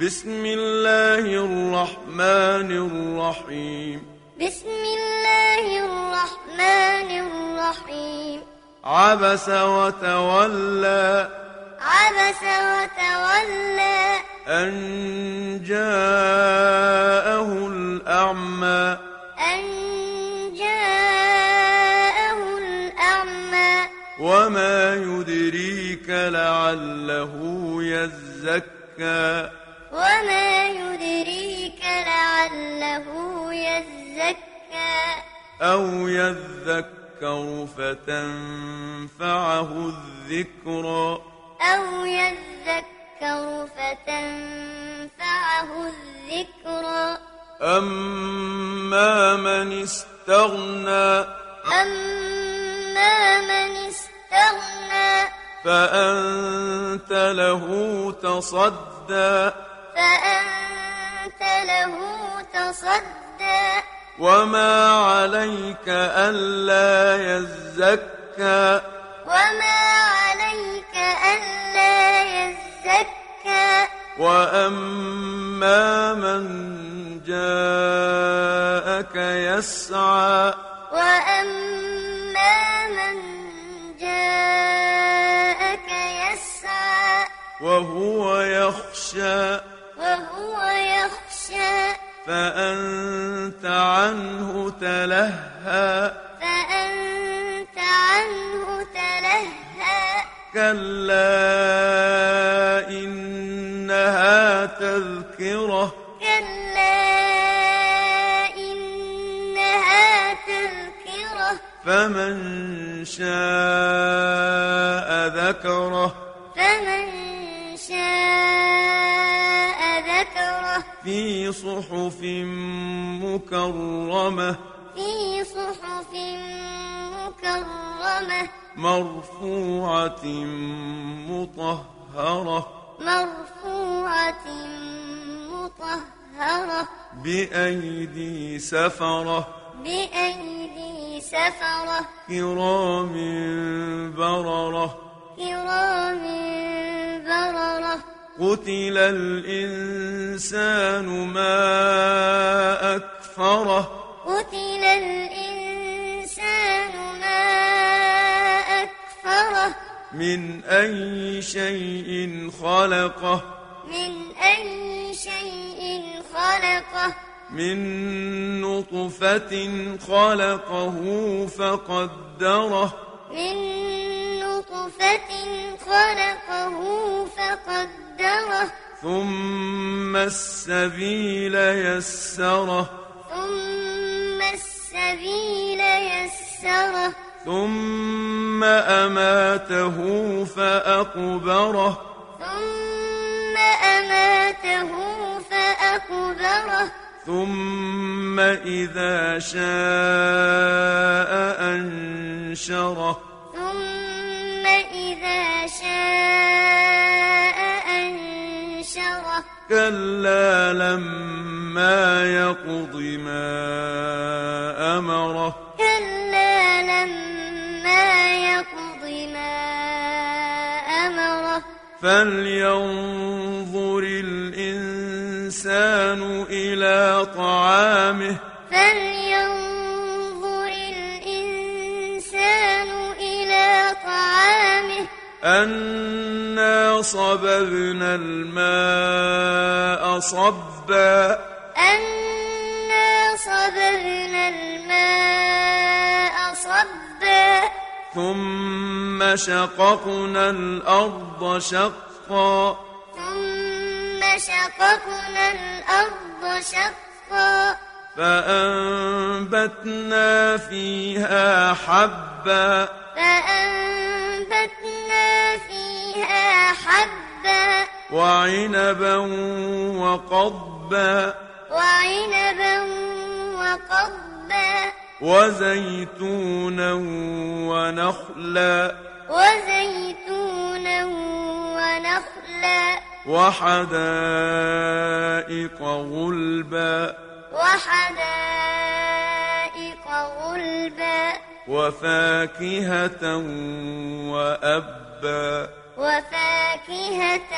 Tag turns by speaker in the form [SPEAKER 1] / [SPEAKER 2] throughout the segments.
[SPEAKER 1] بسم الله الرحمن الرحيم
[SPEAKER 2] بسم الله الرحمن الرحيم
[SPEAKER 1] عبس وتولى
[SPEAKER 2] عبس وتولى
[SPEAKER 1] أن جاءه الأعمى
[SPEAKER 2] أن جاءه الأعمى
[SPEAKER 1] وما يدريك لعله يزكى
[SPEAKER 2] وما يدريك لعله يزكى
[SPEAKER 1] أو يذكر فتنفعه الذكرى
[SPEAKER 2] أو يذكر فتنفعه الذكرى
[SPEAKER 1] أما من استغنى
[SPEAKER 2] أما من استغنى
[SPEAKER 1] فأنت له تصدى
[SPEAKER 2] فأنت له تصدى
[SPEAKER 1] وما عليك ألا يزكى
[SPEAKER 2] وما عليك ألا يزكى
[SPEAKER 1] وأما من جاءك يسعى
[SPEAKER 2] وأما من جاءك يسعى
[SPEAKER 1] وهو يخشى
[SPEAKER 2] وهو يخشى
[SPEAKER 1] فأنت عنه تلهى
[SPEAKER 2] فأنت عنه تلهى
[SPEAKER 1] كلا إنها تذكرة
[SPEAKER 2] كلا إنها تذكرة
[SPEAKER 1] فمن شاء ذكره
[SPEAKER 2] فمن شاء ذكره
[SPEAKER 1] في صحف مكرمة
[SPEAKER 2] في صحف مكرمة
[SPEAKER 1] مرفوعة مطهرة
[SPEAKER 2] مرفوعة مطهرة
[SPEAKER 1] بأيدي سفرة
[SPEAKER 2] بأيدي سفرة
[SPEAKER 1] كرام بررة
[SPEAKER 2] كرام بررة
[SPEAKER 1] قتل الإنسان ما أكفره
[SPEAKER 2] قتل الإنسان ما أكفره
[SPEAKER 1] من أي شيء خلقه
[SPEAKER 2] من أي شيء خلقه
[SPEAKER 1] من نطفة خلقه فقدره
[SPEAKER 2] من نطفة خلقه فقدره
[SPEAKER 1] ثم السبيل يسره
[SPEAKER 2] ثم السبيل يسره
[SPEAKER 1] ثم أماته فأقبره
[SPEAKER 2] ثم أماته فأقبره
[SPEAKER 1] ثم إذا شاء أنشره
[SPEAKER 2] ثم إذا شاء أنشره
[SPEAKER 1] كلا لما يقض ما أمره
[SPEAKER 2] كلا لما يقض ما أمره
[SPEAKER 1] فلينظر الإنسان إلى طعامه
[SPEAKER 2] فلينظر الإنسان إلى طعامه
[SPEAKER 1] أنا صببنا الماء صبا
[SPEAKER 2] أنا صببنا الماء صبا
[SPEAKER 1] ثم شققنا الأرض شقا
[SPEAKER 2] ثم شققنا الأرض شقا
[SPEAKER 1] فأنبتنا فيها حبا
[SPEAKER 2] فأنبتنا فيها حبا
[SPEAKER 1] وعنبا وقضبا
[SPEAKER 2] وعنبا وقضبا
[SPEAKER 1] وزيتونا ونخلا
[SPEAKER 2] وزيتونا ونخلا
[SPEAKER 1] وحدائق غلبا
[SPEAKER 2] وحدائق غلبا
[SPEAKER 1] وفاكهة وأبا
[SPEAKER 2] وفاكهة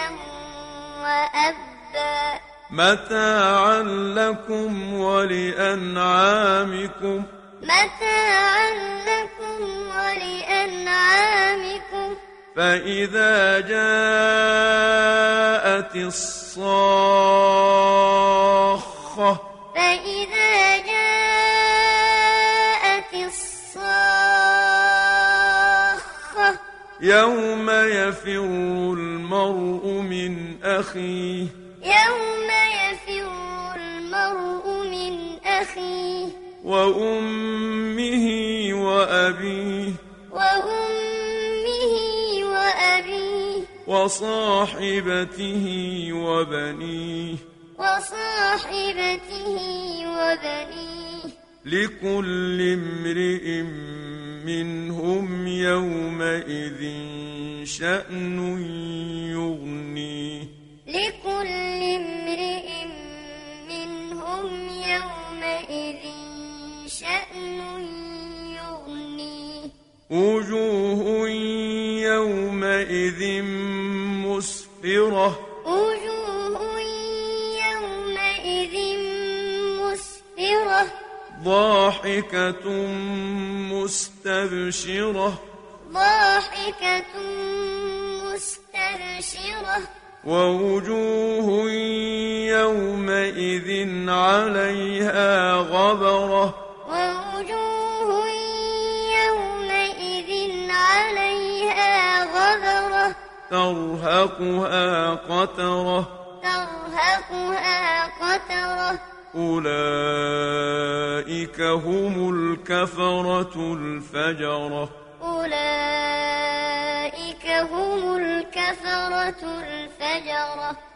[SPEAKER 2] وأبا
[SPEAKER 1] متاعا لكم ولأنعامكم
[SPEAKER 2] متاعا لكم ولأنعامكم
[SPEAKER 1] فإذا جاءت الصاخة
[SPEAKER 2] فإذا جاءت الصاخة
[SPEAKER 1] يوم يفر المرء من أخيه
[SPEAKER 2] يوم يفر المرء من أخيه
[SPEAKER 1] وأمه وأبيه
[SPEAKER 2] وأمه وأبيه
[SPEAKER 1] وصاحبته وبنيه
[SPEAKER 2] وصاحبته وبنيه
[SPEAKER 1] لكل امرئ منهم يومئذ شأن يغنيه
[SPEAKER 2] لكل امرئ منهم يومئذ شأن يغنيه
[SPEAKER 1] وجوه يومئذ مسفرة
[SPEAKER 2] وجوه يومئذ مسفرة
[SPEAKER 1] ضاحكة مستبشرة
[SPEAKER 2] ضاحكة مستبشرة
[SPEAKER 1] ووجوه يومئذ عليها غبرة
[SPEAKER 2] ووجوه يومئذ عليها غبرة
[SPEAKER 1] ترهقها قترة
[SPEAKER 2] ترهقها قترة
[SPEAKER 1] أولئك هم الكفرة الفجرة
[SPEAKER 2] أولئك هم الكفرة الفجرة